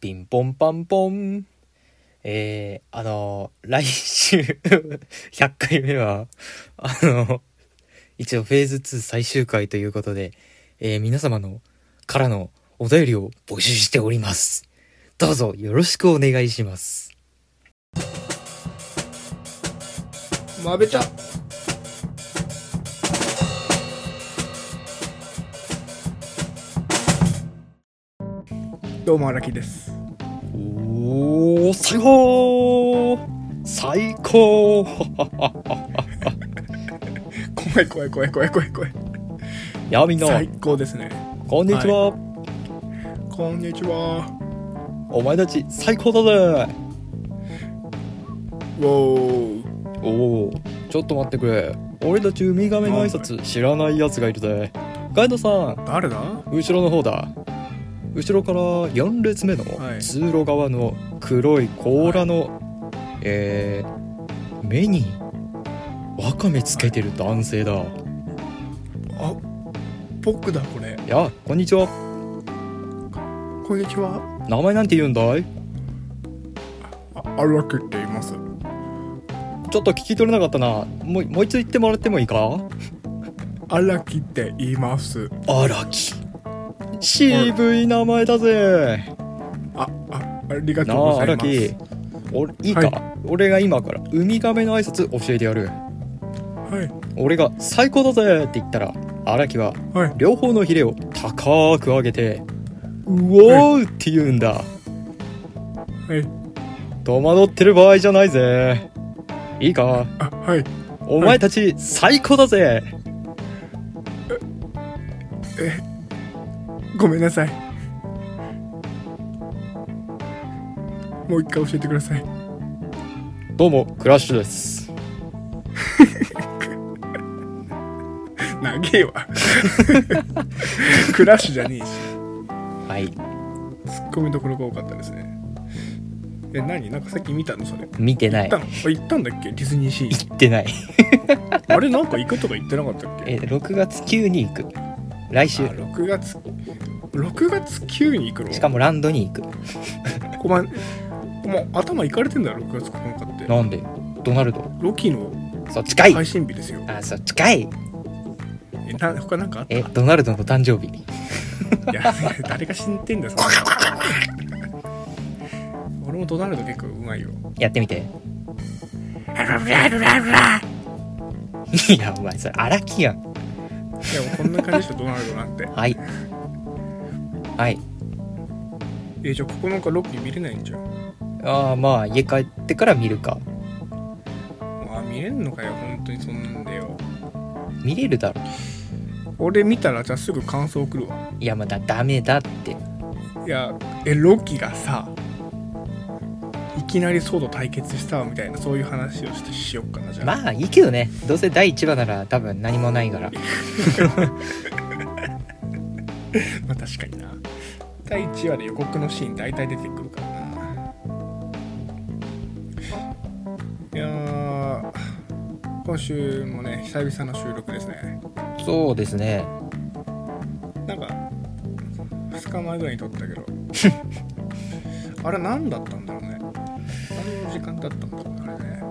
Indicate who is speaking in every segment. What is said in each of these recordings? Speaker 1: ピンポンパンポン。えー、あのー来週、100回目は、あのー一応フェーズ2最終回ということで、えー皆様の、からのお便りを募集しております。どうぞよろしくお願いします。
Speaker 2: まべちゃどうも荒木です
Speaker 1: おー、最高最 高
Speaker 2: 怖い怖い怖い怖い怖い怖い
Speaker 1: やあみんな
Speaker 2: 最、高ですね
Speaker 1: こんにちは、
Speaker 2: こんにちは
Speaker 1: お前たち最高だぜ
Speaker 2: ウォー
Speaker 1: おおちょっと待ってくれ俺たちウミガメの挨拶知らないやつがいるぜガイドさん
Speaker 2: 誰だは
Speaker 1: 後ろの方だ後ろから4列目の
Speaker 2: はい
Speaker 1: 通路側の黒い甲羅の、えー目にワカメつけてる男性だ
Speaker 2: あ僕だこれ
Speaker 1: やあこんにちは
Speaker 2: こんにちは
Speaker 1: 名前なんて言うんだい
Speaker 2: あ荒木って言います
Speaker 1: ちょっと聞き取れなかったなもうもう一度言ってもらってもいいか
Speaker 2: 荒木って言います
Speaker 1: 荒木渋い名前だぜ
Speaker 2: ああありがと
Speaker 1: なあ
Speaker 2: うござい
Speaker 1: 荒
Speaker 2: ま
Speaker 1: 木
Speaker 2: す
Speaker 1: 俺いいか、
Speaker 2: は
Speaker 1: 俺が今からウミガメの挨拶教えてやる
Speaker 2: はい
Speaker 1: 俺が「最高だぜ!」って言ったら荒木は
Speaker 2: はい
Speaker 1: 両方のヒレを高く上げて「うおー!」って言うんだ
Speaker 2: はい
Speaker 1: 戸惑ってる場合じゃないぜいいか
Speaker 2: あはい
Speaker 1: お前たち最高だぜ
Speaker 2: ごめんなさいもう一回教えてください
Speaker 1: どうもクラッシュです
Speaker 2: 長えわクラッシュじゃねえし
Speaker 1: はい
Speaker 2: ツッコミどころが多かったですねえ何なんかさっき見たのそれ
Speaker 1: 見てな
Speaker 2: 行っ
Speaker 1: い
Speaker 2: たのあ行ったんだっけディズニーシー
Speaker 1: 行ってない
Speaker 2: あれなんか行くとか言ってなかったっけ
Speaker 1: え6月9に行く来
Speaker 2: あ
Speaker 1: 週
Speaker 2: 6月6月9に行くの
Speaker 1: しかもランドに行く
Speaker 2: お前お前頭いかれてんだよ6月9日って
Speaker 1: なんでドナルド
Speaker 2: ロキの
Speaker 1: そっちかい
Speaker 2: 配信日ですよ、
Speaker 1: あそっちかい
Speaker 2: えな他なんかあった
Speaker 1: えドナルドの誕生日
Speaker 2: いや 誰が死んでんだよそんなの 俺もドナルド結構うまいよ
Speaker 1: やってみて いやお前それ荒木やん
Speaker 2: いやもうこんな感じでしょドナルドなんて
Speaker 1: はいはい
Speaker 2: えじゃあ9日ロッキー見れないんじゃん
Speaker 1: ああまあ家帰ってから見るか
Speaker 2: あ見れんのかよ本当にそんなんだよ
Speaker 1: 見れるだろ
Speaker 2: 俺見たらじゃあすぐ感想送るわ
Speaker 1: いやまだダメだって
Speaker 2: いやえロッキーがさいきなりソード対決したわみたいなそういう話をしてしよっかなじゃあ、
Speaker 1: まあいいけどねどうせ第1話なら多分何もないから
Speaker 2: まあ確かにな第1話で予告のシーン大体出てくるからないやー今週もね久々の収録ですね
Speaker 1: そうですね
Speaker 2: なんか2日前ぐらいに撮ったけど あれ何だったんだろうね何の時間だったんだろうねあれね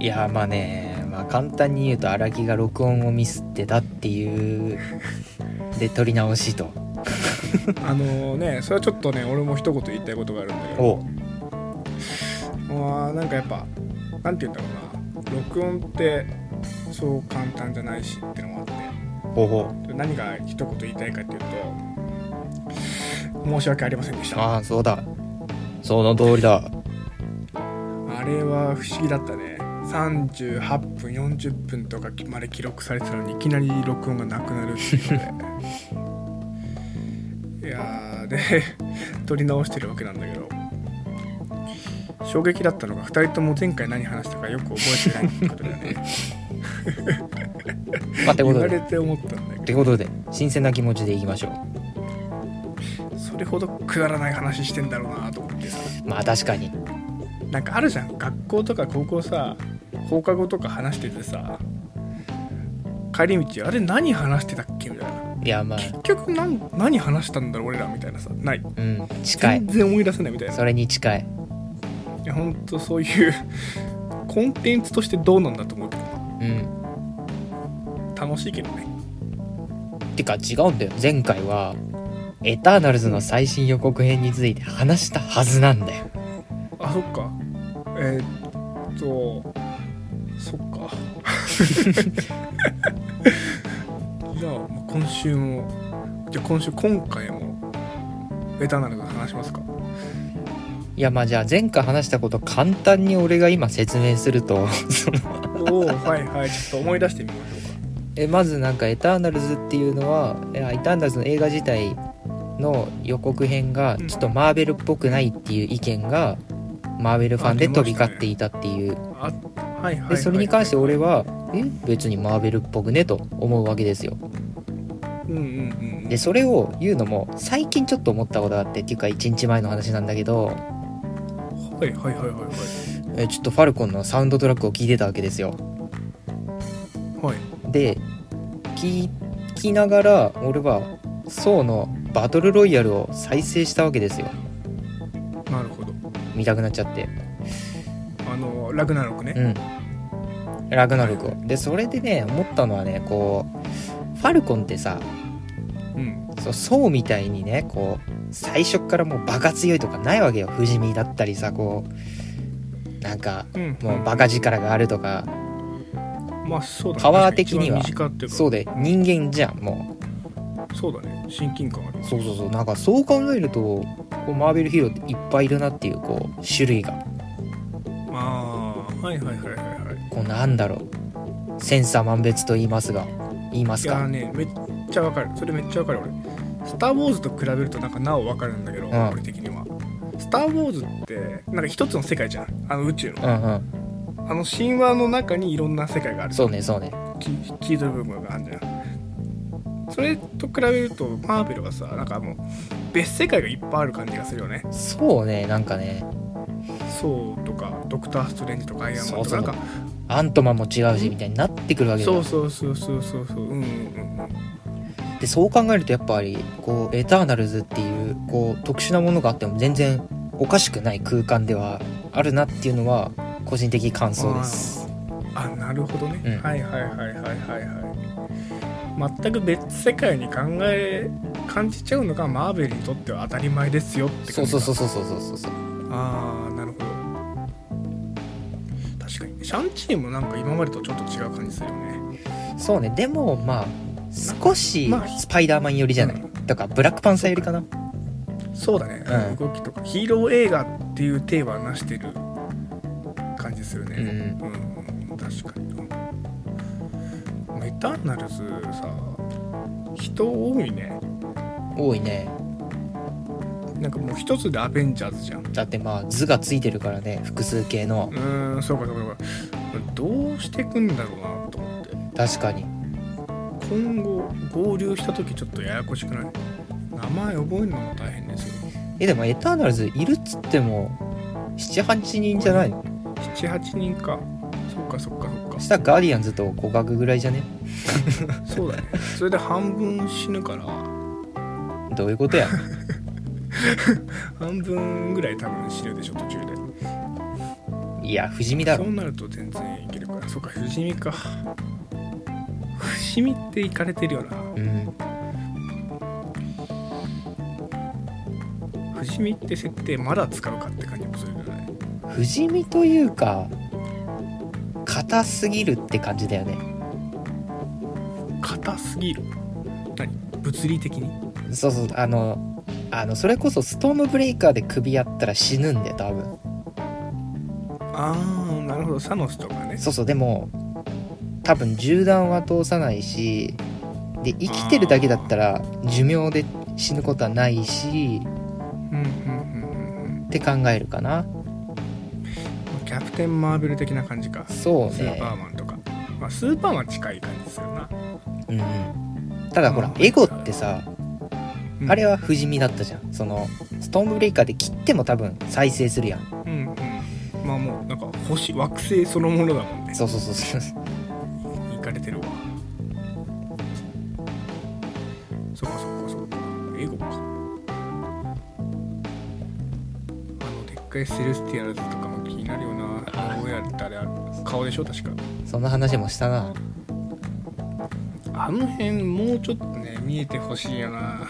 Speaker 1: いやまあねまあ簡単に言うと荒木が録音をミスってたっていうで撮り直しと
Speaker 2: あのねそれはちょっとね俺も一言言いたいことがあるんだけど
Speaker 1: おう
Speaker 2: まあなんかやっぱなんて言うんだろうな録音ってそう簡単じゃないしってのもあっ
Speaker 1: ほうほう
Speaker 2: て何が一言言いたいかっていうと申し訳ありませんでしたあ
Speaker 1: ああそうだその通りだ
Speaker 2: れは不思議だったね38分40分とかまで記録されてたのにいきなり録音がなくなるっていうの でいやーで撮り直してるわけなんだけど衝撃だったのが2人とも前回何話したかよく覚えてないってことだよね
Speaker 1: まあってこ
Speaker 2: 言
Speaker 1: と
Speaker 2: わ
Speaker 1: で
Speaker 2: れて思ったんだ
Speaker 1: っ
Speaker 2: け
Speaker 1: てことで新鮮な気持ちでいきましょう
Speaker 2: どそれほどくだらない話してんだろうなと思ってさ
Speaker 1: まあ確かに
Speaker 2: なんかあるじゃん学校とか高校さ放課後とか話しててさ帰り道あれ何話してたっけみたいな
Speaker 1: いやまあ
Speaker 2: 結局なん何話したんだろう俺らみたいなさない
Speaker 1: うん近い
Speaker 2: 全然思い出せないみたいな
Speaker 1: それに近い
Speaker 2: いやほんとそういう コンテンツとしてどうなんだと思うけ
Speaker 1: うん
Speaker 2: ど楽しいけどね
Speaker 1: てか違うんだよ前回はエターナルズの最新予告編について話したはずなんだよ
Speaker 2: あそっかえーっとそっか じゃあまあ今週もじゃあ今週今回もベターナルズの話しますか
Speaker 1: いやまあじゃあ前回話したこと簡単に俺が今説明すると その
Speaker 2: おおはいはいちょっと思い出してみましょうか
Speaker 1: えまずなんか「エターナルズ」っていうのはえエターナルズの映画自体の予告編が
Speaker 2: うん
Speaker 1: ちょっとマーベルっぽくないっていう意見がマーベルファンで飛び交っていたっていう
Speaker 2: あはいはい、はい、
Speaker 1: でそれに関して俺はえ別にマーベルっぽくねと思うわけですよ
Speaker 2: うんうんうん
Speaker 1: でそれを言うのも最近ちょっと思ったことがあってっていうか1日前の話なんだけど
Speaker 2: はいはいはいはい
Speaker 1: えちょっとファルコンのサウンドトラックを聞いてたわけですよ
Speaker 2: はいはい
Speaker 1: で聞きながら俺はソーのバトルロイヤルを再生したわけですよ
Speaker 2: なるほど
Speaker 1: 見たくなっちゃって
Speaker 2: あのラグナロクね、
Speaker 1: うんラグナロクをでそれでね思ったのはねこうファルコンってさ
Speaker 2: うん、
Speaker 1: そうそうみたいにねこう最初っからもうバカ強いとかないわけよ不死身だったりさこうなんか
Speaker 2: うん、
Speaker 1: もうバカ力があるとか
Speaker 2: まあそうだね
Speaker 1: パワー的には
Speaker 2: 確かに一番身近っていうか
Speaker 1: そうで人間じゃんも
Speaker 2: そうだね親近感ある
Speaker 1: うそうそうそうなんかそう考えるとこうマーベルヒーローっていっぱいいるなっていうこう種類が
Speaker 2: ああはいはいはいはいはい
Speaker 1: こうなんだろう千差万別と言いますが言いま
Speaker 2: い
Speaker 1: す
Speaker 2: やー
Speaker 1: か
Speaker 2: ねめっちゃわかるそれめっちゃわかる俺「スター・ウォーズ」と比べるとなんかなおわかるんだけど、
Speaker 1: ん
Speaker 2: 俺的には「スター・ウォーズ」ってなんか一つの世界じゃんあの宇宙
Speaker 1: う
Speaker 2: の
Speaker 1: んうん
Speaker 2: あの神話の中にいろんな世界がある
Speaker 1: そうねそうね
Speaker 2: き黄色い部分があるじゃんそれと比べるとマーベルはさなんかもう別世界がいっぱいある感じがするよね
Speaker 1: そうねなんかね
Speaker 2: ソーとかドクター・ストレンジとかアイアンマンとか
Speaker 1: そうそう
Speaker 2: なんか
Speaker 1: アントマンも違うしみたいになってくるわけだよ
Speaker 2: そうそうそうそうそうそううんうんうん
Speaker 1: でそう考えるとやっぱりこうエターナルズっていうこう特殊なものがあっても全然おかしくない空間ではあるなっていうのは個人的感想です
Speaker 2: あなるほどね、
Speaker 1: うん
Speaker 2: はいはいはいはいはいはい全く別世界に考え感じちゃうのがマーベルにとっては当たり前ですよって
Speaker 1: そ
Speaker 2: 感
Speaker 1: う
Speaker 2: じ
Speaker 1: そうそう
Speaker 2: う
Speaker 1: そうそうそうそう
Speaker 2: ああなるほど確かにシャンチーもなんか今までとちょっと違う感じするよね
Speaker 1: そうねでもまあ少し
Speaker 2: まあ
Speaker 1: スパイダーマン寄りじゃないとかブラックパンサー寄りかな
Speaker 2: そうだね、
Speaker 1: うん
Speaker 2: 動きとかヒーロー映画っていうテーマはなしてる感じするね
Speaker 1: うん
Speaker 2: うんうん確かにメターナルズさ人多いね
Speaker 1: 多いね
Speaker 2: なんかもう一つでアベンジャーズじゃんう
Speaker 1: だってまあ図がついてるからね複数形の
Speaker 2: ーんそうかそうかそうかこれどうしていくんだろうなと思って
Speaker 1: 確かに
Speaker 2: 今後合流した時ちょっとややこしくない名前覚えるのも大変ですよ
Speaker 1: えでもエターナルズいるっつっても78人じゃないの
Speaker 2: 78人かそっかそっかそっか
Speaker 1: 下ガーディアンズと互角ぐらいじゃね
Speaker 2: そうだねそれで半分死ぬから
Speaker 1: どういう ことや
Speaker 2: 半分ぐらい多分死ぬでしょ途中で
Speaker 1: いや不死身だろ
Speaker 2: そうなると全然いけるからそうか不死身か不死身っていかれてるよな
Speaker 1: うん
Speaker 2: 不死身って設定まだ使うかって感じもするよね
Speaker 1: 不死身というか硬すぎるって感じだよね
Speaker 2: 硬すぎる何物理的に
Speaker 1: そうそうあのあのそれこそストームブレイカーで首やったら死ぬんだよ多分
Speaker 2: ああなるほどサノスとかね
Speaker 1: そうそうでも多分銃弾は通さないしで生きてるだけだったら寿命で死ぬことはないし
Speaker 2: うんうんうんうん
Speaker 1: って考えるかな
Speaker 2: うんキャプテン・マーベル的な感じか
Speaker 1: そう
Speaker 2: スー
Speaker 1: ね
Speaker 2: パーマンとか、まあ、スーパーマン近い感じするな、
Speaker 1: うんうんただほら
Speaker 2: うん
Speaker 1: エゴってさ
Speaker 2: うん
Speaker 1: あれは不死身だったじゃんそのストームブレイカーで切っても多分再生するやん
Speaker 2: うんうんまあもうなんか星惑星そのものだもんね
Speaker 1: そうそうそうそう
Speaker 2: いかれてるわ回セレスティアルズとかも気になるよな名古屋ってあれ顔でしょ確か
Speaker 1: そんな話もしたな
Speaker 2: あの辺もうちょっとね見えてほしいよな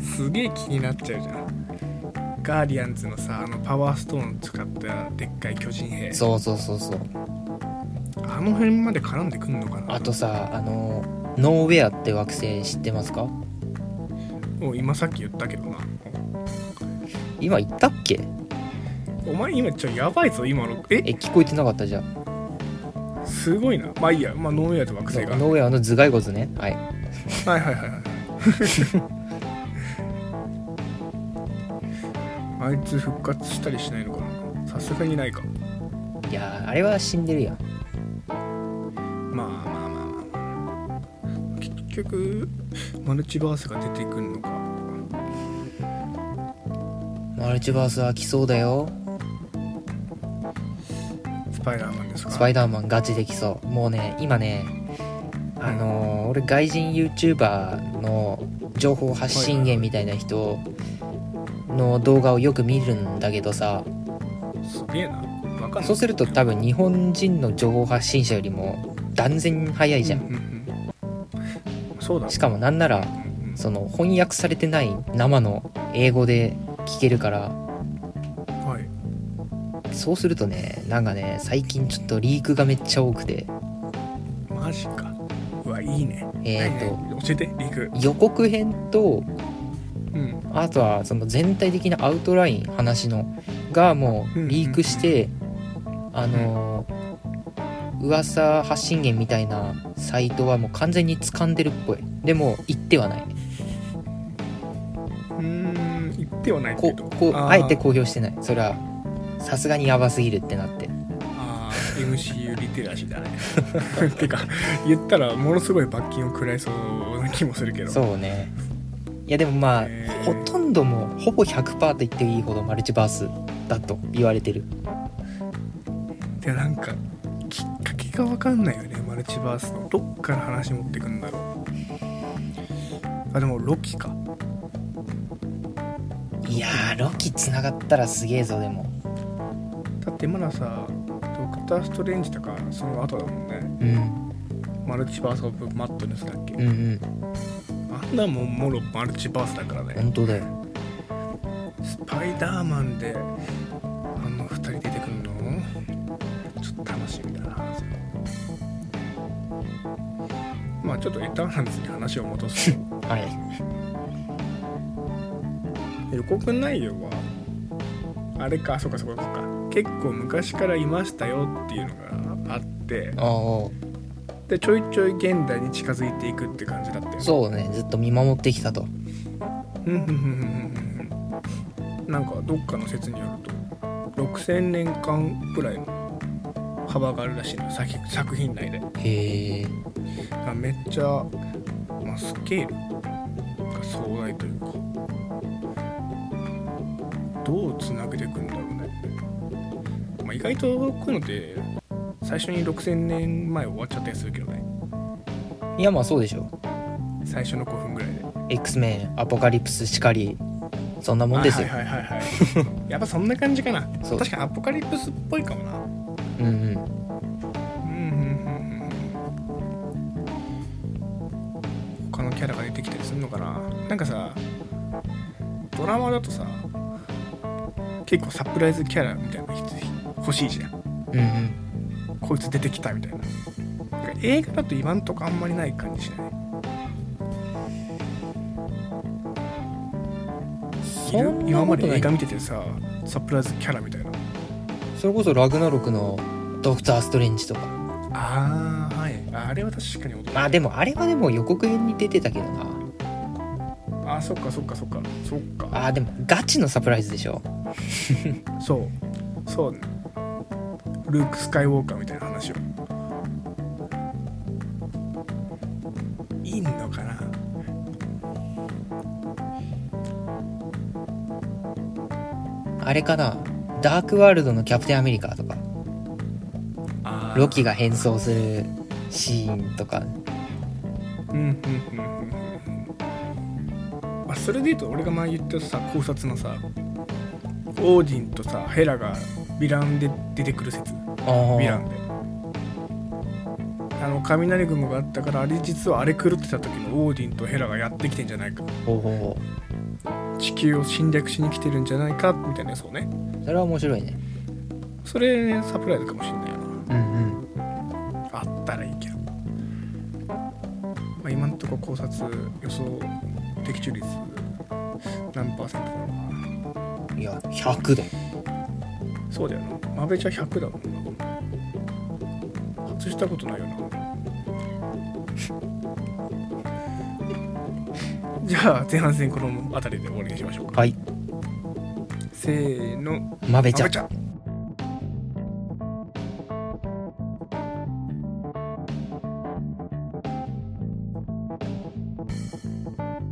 Speaker 2: すげえ気になっちゃうじゃんガーディアンズのさあのパワーストーン使ったでっかい巨人兵
Speaker 1: そうそうそうそう
Speaker 2: あの辺まで絡んでくんのかな
Speaker 1: あとさあのノーウェアって惑星知ってますか
Speaker 2: お今さっき言ったけどな
Speaker 1: 今言ったっけ
Speaker 2: お前今ちょやばいぞ今のえ
Speaker 1: え聞こえてなかったじゃん
Speaker 2: すごいなまあいいやまあノーウェアと惑星が
Speaker 1: ノーウェアの頭蓋骨ねはい
Speaker 2: はいはいはいはいあいつ復活したりしないのかなさすがにないか
Speaker 1: いやーあれは死んでるやん
Speaker 2: まあまあまあまあまあ結局マルチバースが出てくるのか
Speaker 1: マルチバースは来そうだよ
Speaker 2: スパイダーマンですか
Speaker 1: スパイダーマンガチできそうもうね今ねあのー俺外人 YouTuber の情報発信源みたいな人の動画をよく見るんだけどさ
Speaker 2: すげえなわかんない
Speaker 1: そうすると多分日本人の情報発信者よりも断然早いじゃ
Speaker 2: うんんうんうんそうだ
Speaker 1: しかもなんなら
Speaker 2: うんうん
Speaker 1: その翻訳されてない生の英語で聞けるから
Speaker 2: はい
Speaker 1: そうするとねなんかね最近ちょっとリークがめっちゃ多くて
Speaker 2: マジかうわいいね
Speaker 1: えーと
Speaker 2: 何々教えてリク
Speaker 1: 予告編と
Speaker 2: うん
Speaker 1: あとはその全体的なアウトライン話のがもうリークして、あのー噂発信源みたいなサイトはもう完全に掴んでるっぽいでも言ってはないう
Speaker 2: ーん言ってはない
Speaker 1: こ
Speaker 2: けど
Speaker 1: こうあえて
Speaker 2: ー
Speaker 1: 公表してないそれはさすがにヤバすぎるってなって
Speaker 2: あー MCU リテラシーだね てか言ったらものすごい罰金を食らいそうな気もするけど
Speaker 1: そうねいやでもまあ
Speaker 2: へ
Speaker 1: ほ
Speaker 2: ー
Speaker 1: とんどもうほぼ100%と言っていいほどマルチバースだと言われてる
Speaker 2: でなんかきっかけが分かんないよねマルチバースのどっから話持ってくんだろうあでもロキか
Speaker 1: いやーロキ繋がったらすげえぞでも
Speaker 2: だってまださドクター・ストレンジとかその後だもんね
Speaker 1: うん
Speaker 2: マルチバース・オブ・マットネスだっけ、
Speaker 1: うんうん
Speaker 2: あんなもんもろマルチバースだからね、
Speaker 1: 本当だよ
Speaker 2: スパイダーマンであの2人出てくるのちょっと楽しみだなそれまあちょっとエターナルズに話を戻すと
Speaker 1: はい
Speaker 2: 予告内容はあれかそうかそうかそうか結構昔からいましたよっていうのがあって
Speaker 1: ああ
Speaker 2: でちょいちょい現代に近づいていくって感じだったよね
Speaker 1: そうねずっと見守ってきたと
Speaker 2: うんうんうんうんうんうんなんかどっかの説によると6,000年間くらいの幅があるらしいの作品作品内で
Speaker 1: へえ
Speaker 2: だからめっちゃ、まあ、スケールが壮大というかどうつなげていくんだろうね、まあ、意外とこういうのって最初に6,000年前終わっちゃったりするけどね
Speaker 1: いやまあそうでしょ
Speaker 2: 最初の5分ぐらいで
Speaker 1: X メンアポカリプスしかりそんなもんですよ、
Speaker 2: はいはいはいはいはい やっぱそんな感じかな
Speaker 1: そう
Speaker 2: 確かにアポカリプスっぽいかもな
Speaker 1: うんうん
Speaker 2: うんうんうんうん他のキャラが出てきたりするのかななんかさドラマだとさ結構サプライズキャラみたいなの欲しいじゃん
Speaker 1: うんうん
Speaker 2: こいつ出てきたみたいななんか映画だと今んとこあんまりない感じしないい
Speaker 1: そ
Speaker 2: る
Speaker 1: んな
Speaker 2: 今ま
Speaker 1: こと
Speaker 2: で
Speaker 1: な
Speaker 2: 映画
Speaker 1: い
Speaker 2: 見ててさサプライズキャラみたいな
Speaker 1: それこそラグナロクのドクター・ストレンジとか
Speaker 2: あーはいああれは確かに驚いた
Speaker 1: まあでもあれはでも予告編に出てたけどな
Speaker 2: あそっかそっかそっかそっか
Speaker 1: あーでもガチのサプライズでしょ
Speaker 2: そうそうねルーク・スカイウォーカーみたいな話をいいのかな
Speaker 1: あれかなダークワールドのキャプテンアメリカとか
Speaker 2: あー
Speaker 1: ロキが変装するシーンとか
Speaker 2: うんうんうんうんうんあそれで言うと俺が前言ったさ考察のさオーディンとさヘラがヴィランで出てくる説ヴ
Speaker 1: ああ
Speaker 2: ィランであの雷雲があったからあれ実はあれ狂ってた時のオーディンとヘラがやってきてんじゃないか
Speaker 1: ほうほうほう
Speaker 2: 地球を侵略しに来てるんじゃないかみたいなそうね
Speaker 1: それは面白いね
Speaker 2: それ、ね、サプライズかもしんないよ
Speaker 1: うんうん
Speaker 2: なあったらいいけど、まあ、今のところ考察予想的中率何パーセントだろう
Speaker 1: いや100だよ
Speaker 2: そうだよな。マベチャ100だもんな。外したことないよな。 じゃあ前半戦この辺りで終わりにしましょうか。
Speaker 1: はい
Speaker 2: せーの。
Speaker 1: まべちゃ
Speaker 2: マベチャ